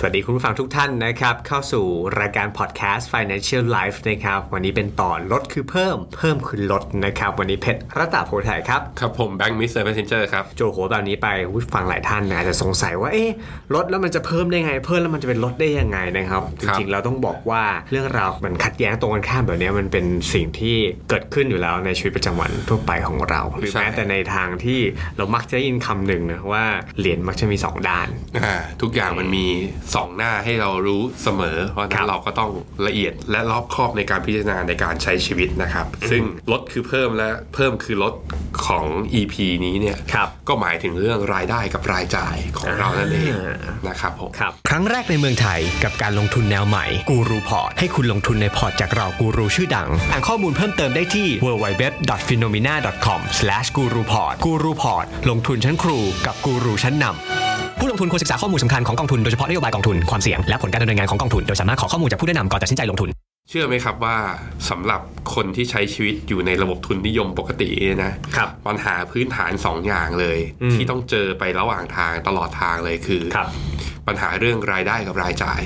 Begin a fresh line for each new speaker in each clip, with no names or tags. สวัสดีคุณผู้ฟังทุกท่านนะครับ เข้าสู่รายการ Podcast Financial Life นะครับ วันนี้เป็นตอนลดคือเพิ่ม เพิ่มคือลดนะครับ วันนี้เพชรรัตตาโพธิ์ไทยครับ
ครับผมแบงค์มิสเตอร์เพนเจอร์ครับ
โจโหแบบนี้ไปอุ๊ยฟังหลายท่านนะอาจจะสงสัยว่าเอ๊ะลดแล้วมันจะเพิ่มได้ไง เพิ่มแล้วมันจะเป็นลดได้ยังไงนะครับ จ
ครับ
ริงๆเราต้องบอกว่าเรื่องราวมันขัดแย้งตรงกันข้ามแบบนี้มันเป็นสิ่งที่เกิดขึ้นอยู่แล้วในชีวิตประจำวันทั่วไปของเรา หรือ
ใช่
แม้แต่ในทางที่เรามักจะได้ยินคำหนึ่งนะว่าเหรียญมักจะมีสองด้าน
อ่าทุกอย่างมันมีสองหน้าให้เรารู้เสมอ เพราะฉะ
ครั
นั้
บ
นเราก็ต้องละเอียดและรอบคอบในการพิจารณาในการใช้ชีวิตนะครับ ซึ่งลดคือเพิ่มและเพิ่มคือลดของ EP นี้เนี่ย
ครับ
ก็หมายถึงเรื่องรายได้กับรายจ่ายของเรานั่นเอง
อ่า
นะครับผม
ครับ
ครั้งแรกในเมืองไทยกับการลงทุนแนวใหม่กูรูพอร์ตให้คุณลงทุนในพอร์ตจากเรากูรูชื่อดัง อ่านข้อมูลเพิ่มเติมได้ที่ www.phenomena.com/guruport กูรูพอร์ตลงทุนชั้นครูกับกูรูชั้นนำผู้ลงทุนควรศึกษาข้อมูลสำคัญของกองทุนโดยเฉพาะนโยบายกองทุนความเสี่ยงและผลการดำเนินงานของกองทุนโดยสามารถขอข้อมูลจากผู้แนะนำก่อนตัดสินใจลงทุน
เชื่อไหมครับว่าสำหรับคนที่ใช้ชีวิตอยู่ในระบบทุนนิยมปกติเนี่ยนะครับปัญหาพื้นฐานสองอย่างเลย
อืม
ที่ต้องเจอไประหว่างทางตลอดทางเลยคือ ปัญหาเรื่องรายได้กับรายจ่าย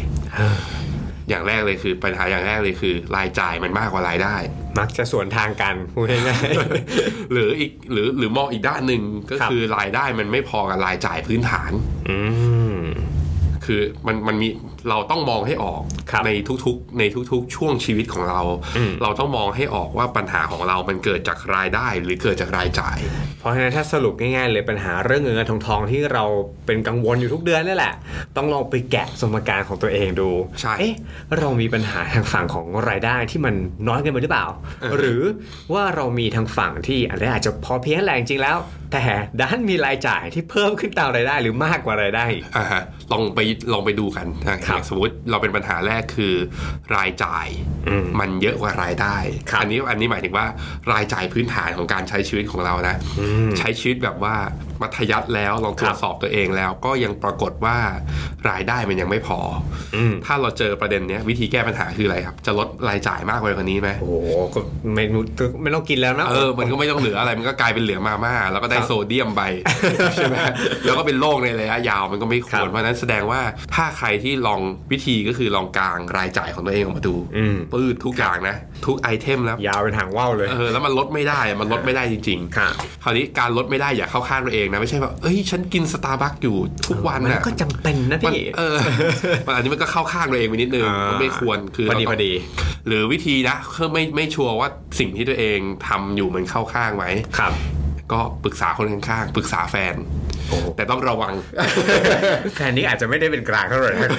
อย่างแรกเลยคือปัญหาอย่างแรกเลยคือ รายจ่ายมันมากกว่ารายได้
มักจะสวนทางกันพูดง่าย
หรืออีกหรือหรือมองอีกด้านหนึ่งก็
ครับ
คือรายได้มันไม่พอกับรายจ่ายพื้นฐาน
ๆอืม
คือมันมันมีเราต้องมองให้ออก
ครับ
ในทุกๆในทุกๆ ช่วงชีวิตของเรา
อืม
เราต้องมองให้ออกว่าปัญหาของเรามันเกิดจากรายได้หรือเกิดจากรายจ่าย
เพราะฉะนั้นถ้าสรุปง่ายๆเลยปัญหาเรื่องเงินเงินทองทองที่เราเป็นกังวลอยู่ทุกเดือนนี่แหละ ต้องลองไปแกะสมการของตัวเองดู
ใช่
เอ๊ะเรามีปัญหาทางฝั่งของรายได้ที่มันน้อยเกินไปหรือเปล่า
เออ
หรือว่าเรามีทางฝั่งที่อันนี้อาจจะพอเพียงแหละจริงๆแล้ว แต่ด้านมีรายจ่ายที่เพิ่มขึ้นตามรายได้หรือมากกว่ารายได้อีก
อ่าฮะลองไปลองไปดูกันนะ
ค
ค
รั
รั
บบ
สมมติเราเป็นปัญหาแรกคือ รายจ่าย
อืม
มันเยอะกว่ารายได้
ครับ
อันนี้อันนี้หมายถึงว่ารายจ่ายพื้นฐานของการใช้ชีวิตของเรานะ ใช้ชีวิตแบบว่ามัธยัติแล้วลองตรว
ครั
จ
บ
สอบตัวเองแล้ว ก็ยังปรากฏว่ารายได้มันยังไม่พอ
อืม
ถ้าเราเจอประเด็นเนี้ยวิธีแก้ปัญหาคืออะไรครับ จะลดรายจ่ายมากไปกว่านี้ไหม
โอ้โหก็ไม่รู้ไม่ต้องกินแล้วนะ
เออมันก็ไม่ต้องเหลืออะไรมันก็กลายเป็นเหลือมาม่าแล้วก็ได้โซเดียม ไปใช่ไหมแล้วก็เป็นโรคในระยะยาวมันก็ไม่ค
ครั
วร
บ
เพราะฉะนั้นแสดงว่าถ้าใครที่ลองวิธีก็คือลองกลางรายจ่ายของตัวเองออกมาดู
อืม
ปืดทุกอย่างนะ ทุกไอเทมแล้ว
ยาวเป็นหางว่าวเลย
เออแล้วมันลดไม่ได้มันลดไม่ได้จริง ๆ
ค่ะ
คราวนี้การลดไม่ได้อย่าเข้าข้างตัวเองนะ ไม่ใช่ว่าเอ้ยฉันกินสตาร์บัคอยู่ทุกวัน
มั
นะ
นก็จำเป็นนะ
มัน
พี่
เออ มันอันนี้มันก็เข้าข้างตัวเองไปนิดนึง
อ่ามั
มันไม่ควรคือ
พอดี
เราต้ง
พอดี
หรือวิธีนะคือไม่ไม่ชัวร์ว่าสิ่งที่ตัวเองทำอยู่มันเข้าข้างไหม
ครับ
ก็ปรึกษาคนข้างๆปรึกษาแฟน
โอ้
แต่ต้องระวั ง
แค่นี้อาจจะไม่ได้เป็นกลางเท่าไหร่นะ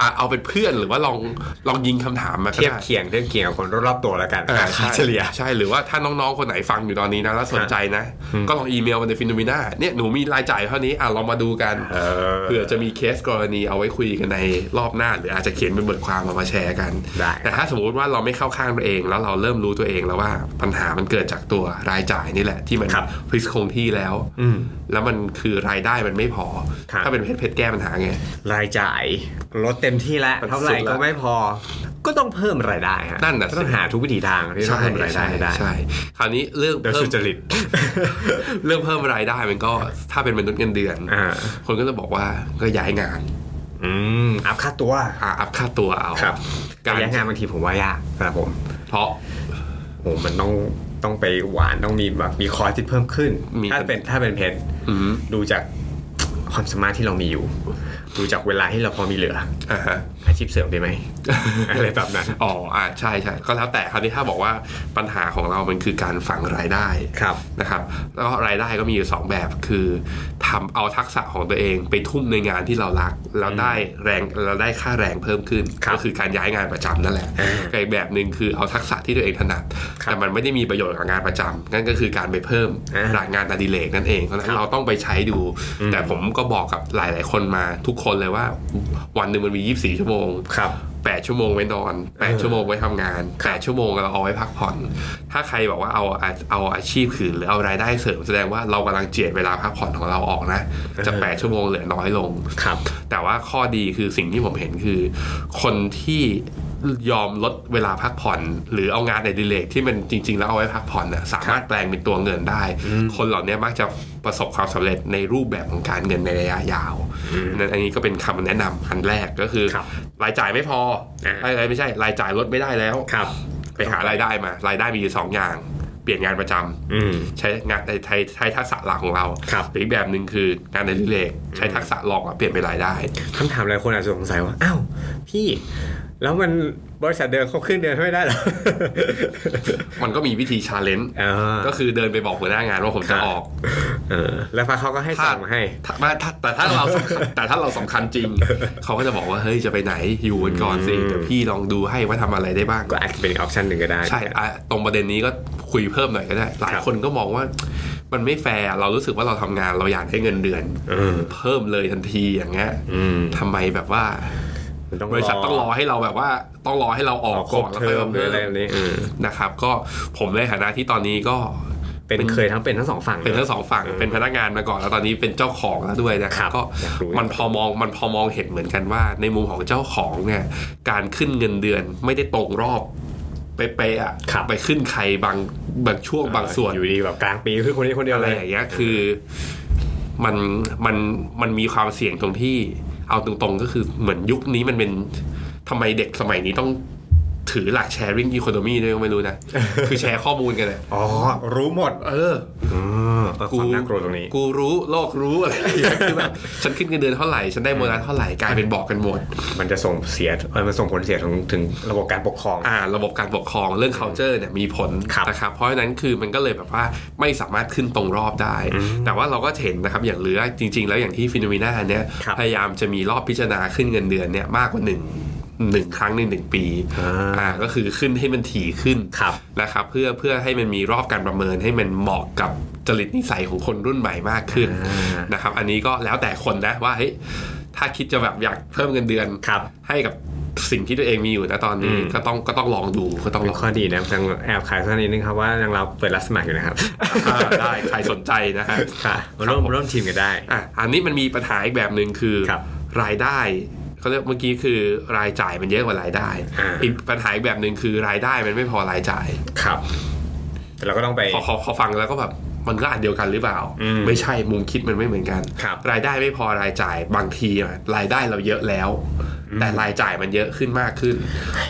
อ่ะเอาเป็นเพื่อนหรือว่าลองลองยิงคำถามมาก็
เทียบ
ได้
เคียงเทียบเคียงกับคนรอบๆตัวแล้วกัน
อ่า
ค่า
ใช่
เฉลี่ย
ใช่หรือว่าถ้าน้องๆคนไหนฟังอยู่ตอนนี้นะแล้วสนใจนะ ก็ลองอีเมลมาในฟินโนมิน่าเนี่ยหนูมีรายจ่ายเท่านี้อ่ะลองมาดูกัน
เออ
เผื่อจะมีเคสกรณีเอาไว้คุยกันในรอบหน้า หรืออาจจะเขียนเป็นบทความเอามาแชร์กัน
ได้
แต่ถ้าสมมติว่าเราไม่เข้าข้างตัวเองแล้วเราเริ่มรู้ตัวเองแล้วว่าปัญหามันเกิดจากตัวรายจ่ายนี่แหละ ที่มัน
ครับ
พลิกคงที่แล้ว
อืม
แล้วมันคือรายได้มันไม่พอ
ครับ
ถ้าเป็นเพชรเพชรแก้ปัญหาไง
รายจ่ายลดเต็มที่แล้ว
มัน
เท่าไหร่
สุดละ
ก็ไม่พอ ก็ต้องเพิ่มรายได้ฮะ
นั่นน่ะสิ
ต้องหาทุกวิธีทางที่ต้องเพิ่มรายได้ให้ได้
ใช่คราวนี้เรื่อง
โดย
เพิ่
สุ
ม
จริต
เรื่องเพิ่มรายได้มันก็ถ้าเป็นมนุษย์เงินเดือน
อ่า
คนก็จะบอกว่าก็ย้ายงาน
อืมอัพค่าตัว
อ่ะอัพค่าตัวเอา
การ
การ
ย้ายงานบางทีผมว่ายากนะครับผม
เพราะ
โอ้มันต้องต้องไปหวานต้องมีแบบมีคอร์สที่เพิ่มขึ้น
มี
ถ้าเป็นถ้าเป็นเพชร
อืม
ดูจากความสามารถที่เรามีอยู่ ดูจากเวลาที่เราพอมีเหลือ
อ่าฮะ
อาชีพเสริมดีไหม อะไรแบบนั้น
อ๋ออ่าใช่ใช่ก็แล้วแต่คราวนี้ถ้าบอกว่าปัญหาของเรามันคือการฝังรายได้
ครับ
นะครับแล้วก็รายได้ก็มีอยู่สองแบบคือทำเอาทักษะของตัวเองไปทุ่มในงานที่เรารักแล้วได้แรงเราได้ค่าแรงเพิ่มขึ้น
ครับ
ก็คือการย้ายงานประจำนั่นแหละ
อ่า
กับอีกแบบหนึ่งคือเอาทักษะที่ตัวเองถนัด
ครับ
แต่มันไม่ได้มีประโยชน์กับงานประจำนั่นก็คือการไปเพิ่ม
อ่าร
ายงานอดิเรกนั่นเองเพราะฉะนั้นเราต้องไปใช้ดู
อืม
แต่ผมก็บอกกับหลาย ๆ คนมาทุกคนเลยว่า วันหนึ่งมันมี 24 ชั่วโมง
ครับ
8 ชั่วโมงไว้นอน 8 ชั่วโมงไว้ทำงาน 8 ชั่วโมงเราเอาไว้พักผ่อน ถ้าใครบอกว่าเอาเอาอาชีพคืนหรือเอารายได้เสริมแสดงว่าเรากำลังเจียดเวลาพักผ่อนของเราออกนะจาก
เออ
8ชั่วโมงเหลือน้อยลง
ครับ
แต่ว่าข้อดีคือสิ่งที่ผมเห็นคือ คนที่ ยอมลดเวลาพักผ่อน หรือเอางานในดิเลกที่มันจริง ๆ แล้วเอาไว้พักผ่อนน่ะสามารถแปลงเป็นตัวเงินได้ คนเหล่านี้มักจะประสบความสำเร็จในรูปแบบของการเงินในระยะยาวนั่นอันนี้ก็เป็นคำแนะนำอันแรกก็คือ
ครับ
รายจ่ายไม่พอ
อ่า
รายไม่ใช่ รายจ่ายลดไม่ได้แล้ว
ครับ
ไปหารายได้มารายได้มีอยู่สองอย่าง เปลี่ยนงานประจำ
อืม
ใช้งานใช้ใช้ใช้ทักษะหลักของเรา
ครับ
หรืออีกแบบหนึ่งคืองานในดิเลกใช้ทักษะหลอกแล้วเปลี่ยนเป็นรายได้
คำถามหลายคนอาจจะสงสัยว่า อ้าว พี่ แล้วมันบริษัทเดิมเขาขึ้นเดือนไม่ได้เหรอ
มันก็มีวิธีชาเลนจ์
อ่า
ก็คือเดินไปบอกหัวหน้างานว่าผมจะออก
เออ แล้วพอเขาก็ให้
ถ้า
สั่งมาให้
ถ้าไม่ถ้าแต่ถ้า เราสำคัญ แต่ถ้าเราสำคัญจริง เขาก็จะบอกว่าเฮ้ยจะไปไหนอยู่กันก่อนสิ
อืม
เดี๋ยวพี่ลองดูให้ว่าทำอะไรได้บ้าง
ก็อาจจะเป็นอีกออปชันหนึ่งก็ได้
ใช่อ่ะตรงประเด็นนี้ก็คุยเพิ่มหน่อยก็ได้ หลายคนก็มองว่า มันไม่แฟร์เรารู้สึกว่าเราทำงานเราอยากให้เงินเดือน
เออ
เพิ่มเลยทันทีอย่างเงี้ย
อืม
ทำไมแบบว่า
มันต้อง
บริษัทต้องรอให้เราแบบว่าต้องรอให้เราอ
อ
อ
อก กคร
ก่อบ นแล้ว
เท
ค่
อ
อย
ม
มา
หรือ
เพิ่
อะไร
ม
แบบนี้เออ
นะครับ ก็ผมในฐานะที่ตอนนี้ก็
เป็นเคยทั้งเป็นทั้งสองฝั่ง
เป็นทั้งสองฝั่งเป็นพนักงานมาก่อนแล้วตอนนี้เป็นเจ้าของแล้วด้วยนะค
ครั
รับบ ก็
อยากรู้
มันพอมองมันพอมองเห็นเหมือนกันว่า ในมุมของเจ้าของเนี่ยการขึ้นเงินเดือนไม่ได้ตรงรอบเป๊ะๆอ่ะไปขึ้นใครบางบางช่วงบางส่วน
อยู่ดีแบบกลางปีคือคนนี้คนเดียว
อะไร
เลย
อย่างเงี้ยคือมันมันมันมีความเสี่ยงตรงที่ เอาตรงๆก็คือเหมือนยุคนี้มันเป็นทำไมเด็กสมัยนี้ต้องถือหลัก sharing economy ด้วยก็ไม่ รู้นะ คือแชร์ข้อมูลกันเลย
อ๋อ รู้หมด
เออ
กูน่ากลัวตรงนี้
กูรู้โลกรู้อะไรอย่างเงี้ยคือแบบฉันขึ้นเงินเดือนเท่าไหร่ ฉันได้โบนัสเท่าไหร่กลายเป็นบอกกันหมด
มันจะส่งเสียเออมันส่งผลเสียถึงถึงระบบการปกครอง
อ่า ระบบการปกครองเรื่อง culture เนี่ยมีผล
ครับ
นะครับเพราะฉะนั้นคือมันก็เลยแบบว่าไม่สามารถขึ้นตรงรอบได้ แต่ว่าเราก็เห็นนะครับอย่างเหลือจริง ๆ แล้วอย่างที่ฟิโนเมนาเนี่ย
ครับ
พยายามจะมีรอบพิจารณาขึ้นเงินเดือนเนี่ยมากกว่าหนึ่งหนึ่งครั้งในหนึ่งปี
อ่า
อ่าก็คือขึ้นให้มันถี่ขึ้น
ครับ
นะครับเพื่อเพื่อให้มันมีรอบการประเมินให้มันเหมาะกับจริตนิสัยของคนรุ่นใหม่มากขึ้น
อ่าน
นะครับอันนี้ก็แล้วแต่คนนะว่าเฮ้ยถ้าคิดจะแบบอยากเพิ่มเงินเดือน
ครับ
ให้กับสิ่งที่ตัวเองมีอยู่นะตอนนี้
อืม
ก็ต้องก็ต้องลองดูก็ต้องล
เป็น
อง
ข้อดีนะทางแอบขายสักนิดนึงครับว่าทางเราเปิดรับสมัครอยู่นะครับ
อ่าได้ใครสนใจนะฮะ
ค่ะมาร่วมร่วมทีมกันได้
อ่ะอันนี้มันมีปัญหาอีกแบบหนึ่งคือ
ครับ
รายได้เขาเรียกเมื่อกี้คือรายจ่ายมันเยอะกว่ารายได้
อ่า
อีกปัญหาอีกแบบหนึ่งคือรายได้มันไม่พอรายจ่าย
ครับแต่เราก็ต้องไป
พอพอพอฟังแล้วก็แบบมันก็อันเดียวกันหรือเปล่า
อืม
ไม่ใช่มุมคิดมันไม่เหมือนกัน
ครับ
รายได้ไม่พอรายจ่ายบางทีอะรายได้เราเยอะแล้ว
อืม
แต่รายจ่ายมันเยอะขึ้นมากขึ้น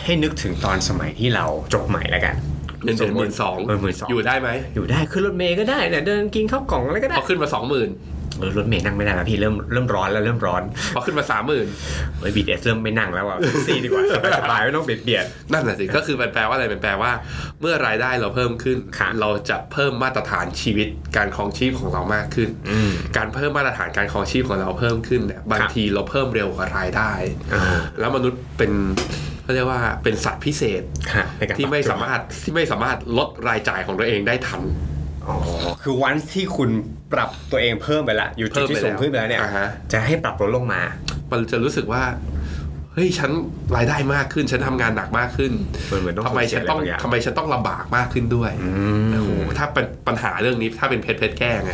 ให้นึกถึงตอนสมัยที่เราจบใหม่แล้วกัน
เงินเดือนหมื่นสอง
เออหมื่นสอง
อยู่ได้ไหม
อยู่ได้ขึ้นรถเมย์ก็ได้เนี่ยเดินกินข้าวกล่องอะไรก็ได้
พอขึ้นมาสองหมื่น
เออรถเมย์นั่งไม่ได้แล้วพี่เริ่มเริ่มร้อนแล้วเริ่มร้อน
พอขึ้นมาสามหมื่น
เฮ้ยบีเอสเริ่มไม่นั่งแล้วอ่ะแท็กซี่ดีกว่าสบายๆไม่ต้องเบียดเบียด
นั่นแหละสิก็คือมันแปลว่าอะไรมันแปลว่า เมื่อรายได้เราเพิ่มขึ้น
ครับ
เราจะเพิ่มมาตรฐานชีวิตการครองชีพของเรามากขึ้น
อืม
การเพิ่มมาตรฐานการครองชีพของเราเพิ่มขึ้นเนี่ยบาง
ครับ
ทีเราเพิ่มเร็วกว่ารายได้
อ่า
แล้วมนุษย์เป็นเขาเรียกว่าเป็นสัตว์พิเศษ
ค่ะในกร
ที่ไม่
ปบตัว
สามารถที่ไม่สามารถลดรายจ่ายของตัวเองได้ทัน
อ๋อคือวันที่คุณปรับตัวเองเพิ่มไปละ อยู่จุดที่สูงขึ้นไปแล้วเนี่ย
อ่าฮะ
จะให้ปรับลดลงมา
มันจะรู้สึกว่าเฮ้ยฉันรายได้มากขึ้น ฉันทำงานหนักมากขึ้น
เหมือนเหมือนต้อง
ทำไมฉันต้อง
สูญเสียอะไรบางอย่าง
ทำไมฉันต้องลำบากมากขึ้นด้วยโอ้โหถ้าเป็นปัญหาเรื่องนี้ถ้าเป็นเพชรเพชรแก้ไง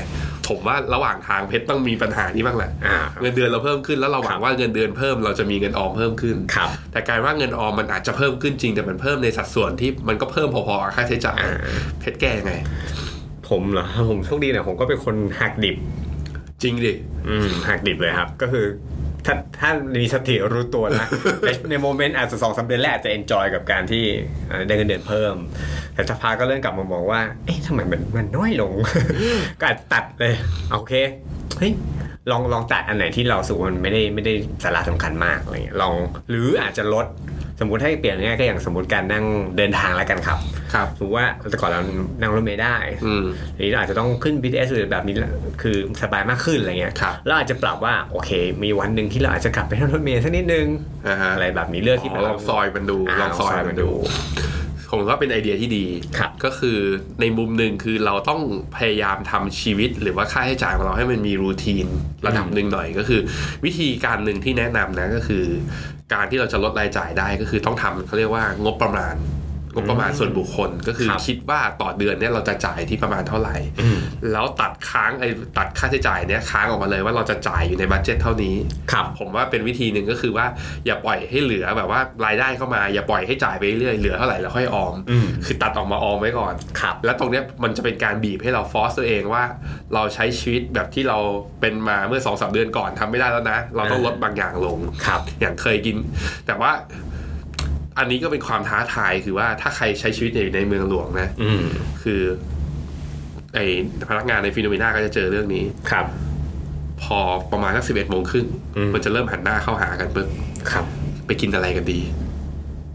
ผมว่าระหว่างทางเพชรต้องมีปัญหานี้บ้างแหละ
อ่า
เงินเดือนเราเพิ่มขึ้นแล้วเราหวั
ครั
ง
บ
ว่าเงินเดือนเพิ่มเราจะมีเงินออมเพิ่มขึ้น
ครับ
แต่การว่าเงินออมมันอาจจะเพิ่มขึ้นจริงแต่มันเพิ่มในสัดส่วนที่มันก็เพิ่มพอๆกับค่าใช้จ่าย
อ่า
เพชรแก้ไง
ผมเหรอผมโชคดีเนี่อยผมก็เป็นคนหักดิบ
จริงดิ
อืมหักดิบเลยครับ ก็คือ ถ้าถ้ามีสติรู้ตัวนะ ในในโมเมนต์อาจจะสองสามเดือนแรกอาจจะเอนจอยกับการที่เอ่อได้เงินเดือนเพิ่ม แต่จะพาก็เริ่มกลับมามองว่า เอ๊ะทำไมมันมันน้อยลง ก็อาจตัดเลยเอาโอเคเฮ้ยลองลองตัดอันไหนที่เรารู้สูมันไม่ได้ไม่ได้สาระสำคัญมากอะไรเงี้ยลองหรืออาจจะลดสมมติให้เปลี่ยนง่ายๆก็อย่างสมมติการนั่งเดินทางแล้วกันครับ
ครับ
สมมติว่าแต่ก่อนเรานั่งรถเมล์ได้
อืม
หรือเราอาจจะต้องขึ้น BTS หรือแบบนี้ละคือสบายมากขึ้นอะไรเงี้ย
ครับ
เราอาจจะปรับว่าโอเค มีวันหนึ่งที่เราอาจจะกลับไปนั่งรถเมล์สักนิดนึง
อ่าฮะ
อะไรแบบนี้เลือกที่แบบ
ลองซอยมันดู
า
ลองซอยมันดู ผมว่าเป็นไอเดียที่ดี
ครับ
ก็คือในมุมหนึ่งคือเราต้องพยายามทำชีวิตหรือว่าค่าใช้จ่ายของเราให้มันมีรูทีนระดับหนึ่งหน่อยก็คือ วิธีการหนึ่งที่แนะนำนะก็คือ การที่เราจะลดรายจ่ายได้ก็คือต้องทำเขาเรียกว่างบประมาณ งบประมาณส่วนบุคคลก็คือ
ครับ
คิดว่าต่อเดือนเนี่ยเราจะจ่ายที่ประมาณเท่าไหร่
อืม
แล้วตัดค้างไอ้ตัดค่าใช้จ่ายเนี่ยค้างออกมาเลยว่าเราจะจ่ายอยู่ในบัตเจ็ตเท่านี้
ครับ
ผมว่าเป็นวิธีหนึ่งก็คือว่าอย่าปล่อยให้เหลือแบบว่ารายได้เข้ามา อย่าปล่อยให้จ่ายไปเรื่อยเหลือเท่าไหร่แล้วค่อยออม
อืม
คือตัดออกมาออมไว้ก่อน
ครับ
แล้วตรงเนี้ยมันจะเป็นการบีบให้เราฟอสตัวเองว่า เราใช้ชีวิตแบบที่เราเป็นมาเมื่อสองสามเดือนก่อนทำไม่ได้แล้วนะ เราต้องลดบางอย่างลง
ครับ
อย่างเคยกิน แต่ว่าอันนี้ก็เป็นความท้าทายคือว่าถ้าใครใช้ชีวิตอยู่ในเมืองหลวงนะ
อืม
คือไอพนักงานในฟิโนเมนาก็จะเจอเรื่องนี้
ครับ
พอประมาณสักสิบเอ็ดโมงครึ่ง
อืม
มันจะเริ่มหันหน้าเข้าหากันปุ๊บ
ครับ
ไปกินอะไรกันดี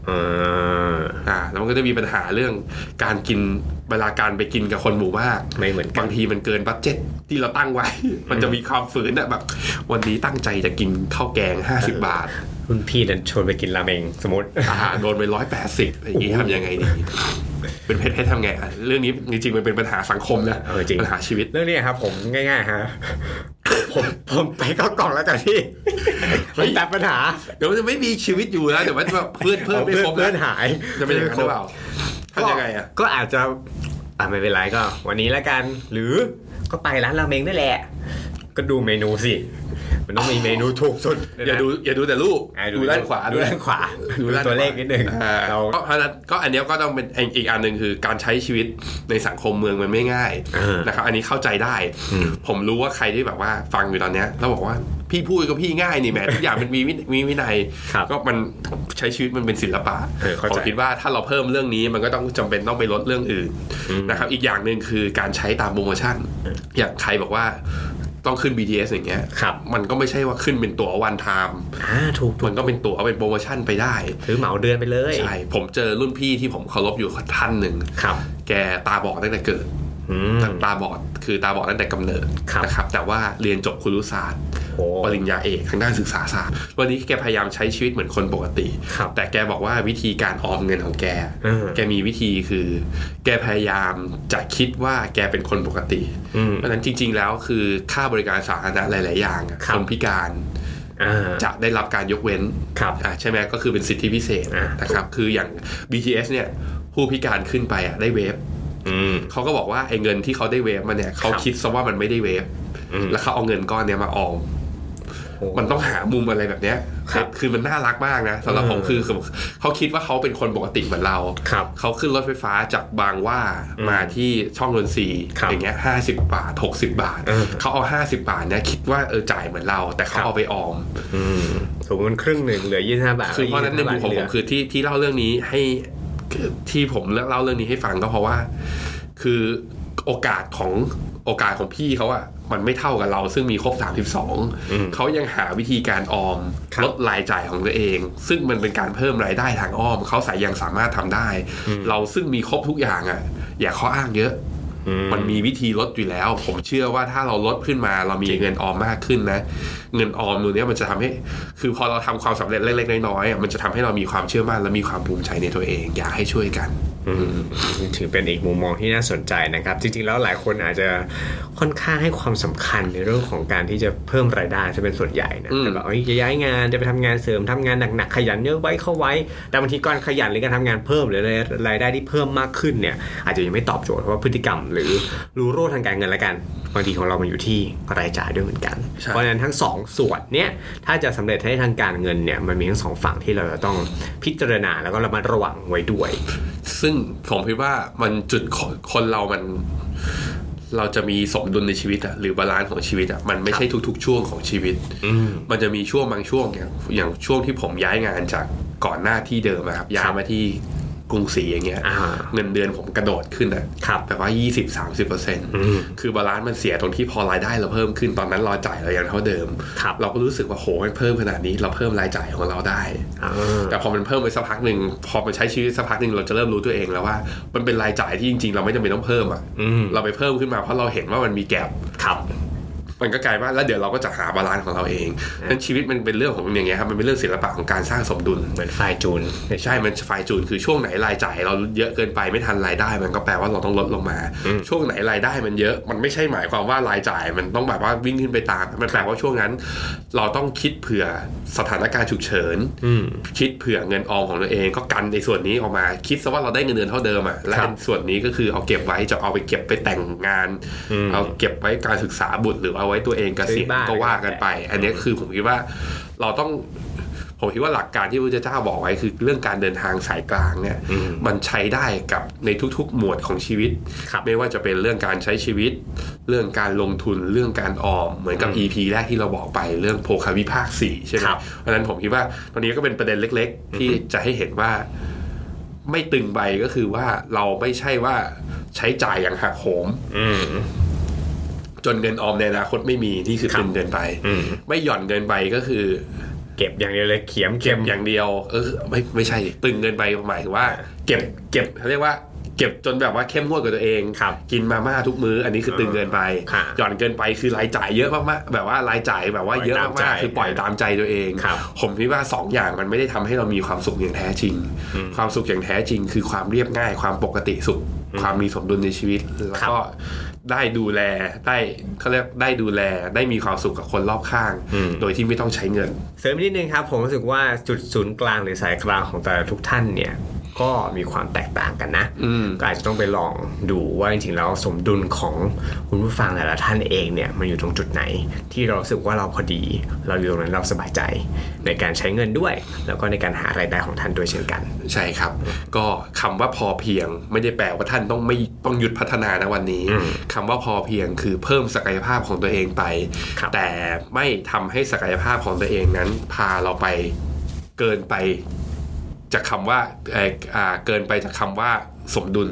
เออ
อ่าแล้วมันก็จะมีปัญหาเรื่องการกินเวลาการไปกินกับคนหมู่มาก
ไม่เหมือนกับ
าน งทีมันเกินบัตเจ็ตที่เราตั้งไว้ มันจะมีความฝืนอะแบบ วันนี้ตั้งใจจะกินข้าวแกง 50 บาท
รุ่นพี่ดันชวนไปกินราเมงสมมติ
อาหารโดนไปร้อยแปดสิบอะไรอย่างงี้ทำยังไงดี เป็นเพชรเพชรทำไงอะเรื่องนี้จริงๆมันเป็นปัญหาสังคมนะ
เออจริง
ปัญหาชีวิต
เรื่องนี้ครับผมง่ายๆฮะ ผมผมไปเข้ากล่องแล้วกันพี่ผ
เฮ้ย
มตัดปัญหา
เดี๋ยวมันจะไม่มีชีวิตอยู่แล้วเดี๋ยวมันแบบเพื่อนเพื่อนไม่
เพื่อ
ครบ
น
แล้
เพื่อ
วน
หาย
จะเป็นอย่างนั้นหรือเปล่า
ก็
ทำยังไงอะ
ก็อาจจะอ่ะไม่เป็นไรก็ วันนี้แล้วกัน หรือก็ไปร้านราเมงนั่นแหละ ก็ดูเมนูสิ มันต้องมีเมนูถูกสุด
อย่าดูอย่าดูแต่รูป
อ่ะ
ดูด้านขวา
ดูด้านขวาดู
ด้าน
ตัวเลขนิดนึง
อ่า
เรา
ก็เพราะฉะนั้นก็อันเนี้ยก็ต้องเป็นอีกอันหนึ่งคือการใช้ชีวิตในสังคมเมืองมันไม่ง่าย
เออ
นะครับอันนี้เข้าใจได้
อืม
ผมรู้ว่าใครที่แบบว่าฟังอยู่ตอนเนี้ยแล้วบอกว่าพี่พูดก็พี่ง่าย นี่แหมทุกอย่างมันมีวิมีวินัย
ครับ
ก็มันใช้ชีวิตมันเป็นศิลปะ
เออเข้า
ผม
ใจ
คิดว่าถ้าเราเพิ่มเรื่องนี้มันก็ต้องจำเป็นต้องไปลดเรื่องอื่น
อืม
นะครับอีกอย่างหนึ่งคือการใช้ตามโปรโมชั่น อย่างใครบอกว่าต้องขึ้น BTS อย่างเงี้ย
ครับ
มันก็ไม่ใช่ว่าขึ้นเป็นตั๋ววันไทม์
อ่าถูกถูก
มันก็เป็นตั๋วเป็นโปรโมชั่นไปได้
ถือเหมาเดือนไปเลย
ใช่ผมเจอรุ่นพี่ที่ผมเคารพอยู่ท่านหนึ่ง
ครับ
แกตาบอดตั้งแต่เกิด
อืม
ตาบอดคือตาบอดตั้งแต่กำเนิด
ครับ
นะครับแต่ว่าเรียนจบครุศาสตร์
โอ้
ปริญญาเอกทางด้านศึกษาศาสตร์ วันนี้แกพยายามใช้ชีวิตเหมือนคนปกติ
ครับ
แต่แกบอกว่าวิธีการออมเงินของแก
อืม
แกมีวิธีคือ แกพยายามจะคิดว่าแกเป็นคนปกติ
อืม
เพราะฉะนั้นจริง ๆ แล้วคือค่าบริการสาธารณะหลาย ๆ อย่างอะ
ครับ
นพิการ
อ่า
จะได้รับการยกเว้น
ครับ
อ่ะใช่ไหมก็คือเป็นสิทธิพิเศษ
อ่า
นะครับ คืออย่าง BTS เนี่ยผู้พิการขึ้นไปอ่ะได้เวฟ
อืม
เขาก็บอกว่าไอ้เงินที่เขาได้เวฟมาเนี่ยเขาคิดซะว่ามันไม่ได้เวฟ
อืม
แล้วเขาเอาเงินก้อนเนี้ยมาออม
โอ้
มันต้องหามุมอะไรแบบเนี้ย
ครับ
คือมันน่ารักมากนะสำหรับ
เออ
ผมคือคือเขาคิดว่าเขาเป็นคนปกติเหมือนเรา
ครับ
เขาขึ้นรถไฟฟ้าจากบางหว่า
อืม
มาที่ช่องนนทรีย์
ครับ
อย่างเงี้ยห้าสิบาทหกสิบาท
เออ
เขาเอาห้าสิบาทเนี่ยคิดว่าเออจ่ายเหมือนเรา แต่เขาเอาไปออม
อืมสมมติมันครึ่งหนึ่งเหลือยี่สิบห้าบาท
คือเพราะฉะนั้นในมุมของผมคือที่ที่เล่าเรื่องนี้ให้ที่ผมเล่าเรื่องนี้ให้ฟังก็เพราะว่า คือโอกาสของโอกาสของพี่เขาอะมันไม่เท่ากับเราซึ่งมีครบ
อืม
32 เขายังหาวิธีการออม
ครับ
ลดรายจ่ายของตัวเอง ซึ่งมันเป็นการเพิ่มรายได้ทางอ้อม เขาสายยังสามารถทำได้ เราซึ่งมีครบทุกอย่างอะอย่าข้ออ้างเยอะ
อืม
มันมีวิธีลดอยู่แล้ว ผมเชื่อว่าถ้าเราลดขึ้นมาเรามีเงินออมมากขึ้นนะ เงินออมตัวเนี้ยมันจะทำให้ คือพอเราทำความสำเร็จเล็กๆน้อยๆอ่ะมันจะทำให้เรามีความเชื่อมั่นและมีความภูมิใจในตัวเอง อยากให้ช่วยกัน
ถือเป็นอีกมุมมองที่น่าสนใจนะครับ จริงๆแล้วหลายคนอาจจะค่อนข้างให้ความสำคัญในเรื่องของการที่จะเพิ่มรายได้จะเป็นส่วนใหญ่นะ
อืม
แต่แบบเอ้ยจะย้ายงานจะไปทำงานเสริมทำงานหนักๆขยันเยอะไว้เข้าไว้ แต่บางทีการขยันหรือการทำงานเพิ่มหรือรายได้ที่เพิ่มมากขึ้นเนี่ยอาจจะยังไม่ตอบโจทย์เพราะว่าพฤติกรรม หรือรู้โรคทางการเงินละกันบางทีของเรามันอยู่ที่รายจ่ายด้วยเหมือนกัน
ใช่
เพราะฉะนั้นทั้งสองส่วนเนี่ยถ้าจะสำเร็จให้ทางการเงินเนี่ยมันมีทั้งสองฝั่งที่เราจะต้องพิจารณาแล้วก็ระมัดระวังไว้ด้วย
ซึ่งผมคิดว่ามันจุดคนคนเรามัน เราจะมีสมดุลในชีวิตอะหรือบาลานซ์ของชีวิตอะมันไม่ใช่ทุก ๆ ช่วงของชีวิต
อืม
มันจะมีช่วงบางช่วงอย่างอย่างช่วงที่ผมย้ายงานจากก่อนหน้าที่เดิมอะครับย้ายมาที่กรุงศรีอย่างเงี้ย
อ่า
เงินเดือนผมกระโดดขึ้นอะ
ครับ
แบบว่า 20 30เปอร์เซ็นต์
ม
คือบาลานซ์มันเสียตรงที่พอรายได้เราเพิ่มขึ้นตอนนั้นรายจ่ายเรายังเท่าเดิม
ครับ
เราก็รู้สึกว่าโหมันเพิ่มขนาดนี้เราเพิ่มรายจ่ายของเราได้
อ่า
แต่พอมันเพิ่มไปสักพักหนึ่งพอมันใช้ชีวิตสักพักหนึ่งเราจะเริ่มรู้ตัวเองแล้วว่า มันเป็นรายจ่ายที่จริงๆ เราไม่จำเป็นต้องเพิ่มอ่ะ
อืม
เราไปเพิ่มขึ้นมาเพราะเราเห็นว่ามันมีแกลบ
ครับ
มันก็กลายว่าแล้วเดี๋ยวเราก็จะหาบาลานซ์ของเราเองนั้นชีวิตมันเป็นเรื่องของอย่างเงี้ยครับมันเป็นเรื่องศิลปะของการสร้างสมดุล
เหมือนไฟล์จูน
ใช่ มันไฟจูน คือช่วงไหนรายจ่ายเราเยอะเกินไปไม่ทันรายได้ มันก็แปลว่าเราต้องลดลงมา ช่วงไหนรายได้มันเยอะ มันไม่ใช่หมายความว่ารายจ่าย มันต้องแบบว่าวิ่งขึ้นไปตาม มันแปลว่าช่วงนั้น เราต้องคิดเผื่อสถานการณ์ฉุกเฉิน คิดเผื่อเงินออมของตัวเอง ก็กันในส่วนนี้ออกมา คิดซะว่าเราได้เงินเดือนเท่าเดิมอ่ะ และ
ครับ
ส่วนนี้ก็คือเอาเก็บไว้จะเอาไปเก็บไปแต่งงาน เอาเก็บไว้การศึกษาบุตรหรือเอาไว้ตัวเองเกษียณ
ซื้อบ้าน
ก็ว่ากันไป อันเนี้ยคือผมคิดว่าเราต้อง ผมคิดว่าหลักการที่พระพุทธเจ้าบอกไว้คือเรื่องการเดินทางสายกลางเนี่ยมันใช้ได้กับในทุกๆ หมวดของชีวิต
ครับ
ไม่ว่าจะเป็นเรื่องการใช้ชีวิต เรื่องการลงทุนเรื่องการออม เหมือนกับ EP แรกที่เราบอกไปเรื่องโภควิภาคสี่ใช่ไหม
ครับ
เพราะฉะนั้นผมคิดว่าตอนนี้ก็เป็นประเด็นเล็ก ๆ ที่จะให้เห็นว่า ไม่ตึงไปก็คือว่าเราไม่ใช่ว่าใช้จ่ายอย่างหักโหม
อืม
จนเงินออมในอนาคตไม่มีนี่คือ
ครับ
ตึงเกินไป
อืม
ไม่หย่อนเกินไปก็คือ
เก็บอย่างเดียวเลยเขียมเข็ม
อย่างเดียวเออไม่ไม่ใช่ตึงเกินไปหมายถึงว่า เก็บเก็บเขาเรียกว่า เก็บจนแบบว่าเข้มงวดกับตัวเอง
ครับ
กินมาม่าทุกมื้ออันนี้คือตึงเกินไป
ค่ะ
หย่อนเกินไปคือรายจ่ายเยอะมากๆแบบว่ารายจ่ายแบบว่าเยอะ
ปล่อยตามใจ
มากๆคือปล่อยตามใจตัวเอง
ครับ
ผมคิดว่าสองอย่างมันไม่ได้ทำให้เรามีความสุขอย่างแท้จริง ความสุขอย่างแท้จริง คือความเรียบง่าย ความปกติสุข ความมีสมดุลในชีวิตแล้ว
ครับ
ก็ได้ดูแลได้เขาเรียกได้ดูแลได้มีความสุขกับคนรอบข้าง โดยที่ไม่ต้องใช้เงิน
เสริมนิดนึงครับ ผมรู้สึกว่าจุดศูนย์กลางหรือสายกลางของแต่ละทุกท่านเนี่ย ก็มีความแตกต่างกันนะ
อืม
ก็อาจจะต้องไปลองดูว่าจริงๆแล้วสมดุลของคุณผู้ฟังแต่ละท่านเองเนี่ยมันอยู่ตรงจุดไหน ที่เรารู้สึกว่าเราพอดี เราอยู่ตรงนั้นเราสบายใจ ในการใช้เงินด้วย แล้วก็ในการหารายได้ของท่านด้วยเช่นกัน
ใช่ครับ ก็คำว่าพอเพียงไม่ได้แปลว่าท่านต้องไม่ต้องหยุดพัฒนานะวันนี้
อืม
คำว่าพอเพียงคือเพิ่มศักยภาพของตัวเองไป
ครับ
แต่ไม่ทำให้ศักยภาพของตัวเองนั้น พาเราไปเกินไปจากคำว่าเอ่ออ่าเกินไปจากคำว่าสมดุล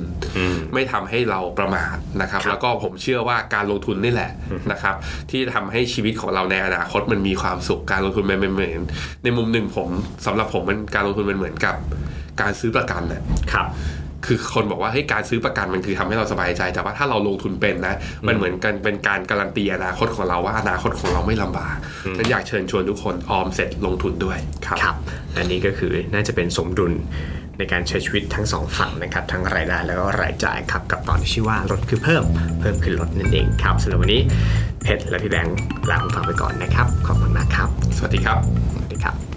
ไม่ทำให้เราประมาทนะครับ
ครับ
แล้วก็ผมเชื่อว่าการลงทุนนี่แหละนะครับ ที่ทำให้ชีวิตของเราในอนาคตมันมีความสุขการลงทุนมันเป็นเหมือนในมุมหนึ่งผมสำหรับผมมันการลงทุนมันเหมือนกับ การซื้อประกันน่ะ
ครับ
คือคนบอกว่าเฮ้ยการซื้อประกันมันคือทำให้เราสบายใจ แต่ว่าถ้าเราลงทุนเป็นนะมันเหมือนกันเป็นการการันตีอนาคตของเราว่าอนาคตของเราไม่ลำบากฉันอยากเชิญชวนทุกคนออมเสร็จลงทุนด้วยครับ
ครับและนี่ก็คือน่าจะเป็นสมดุลในการใช้ชีวิตทั้งสองฝั่งนะครับ ทั้งรายได้แล้วก็รายจ่ายครับ กับตอนที่ชื่อว่าลดคือเพิ่ม เพิ่มคือลดนั่นเองครับสำหรับวันนี้เพชรและพี่แบงค์ลาคุณฟังไปก่อนนะครับ ขอบคุณมากครับ
สวัสดีครับ
สวัสดีครับ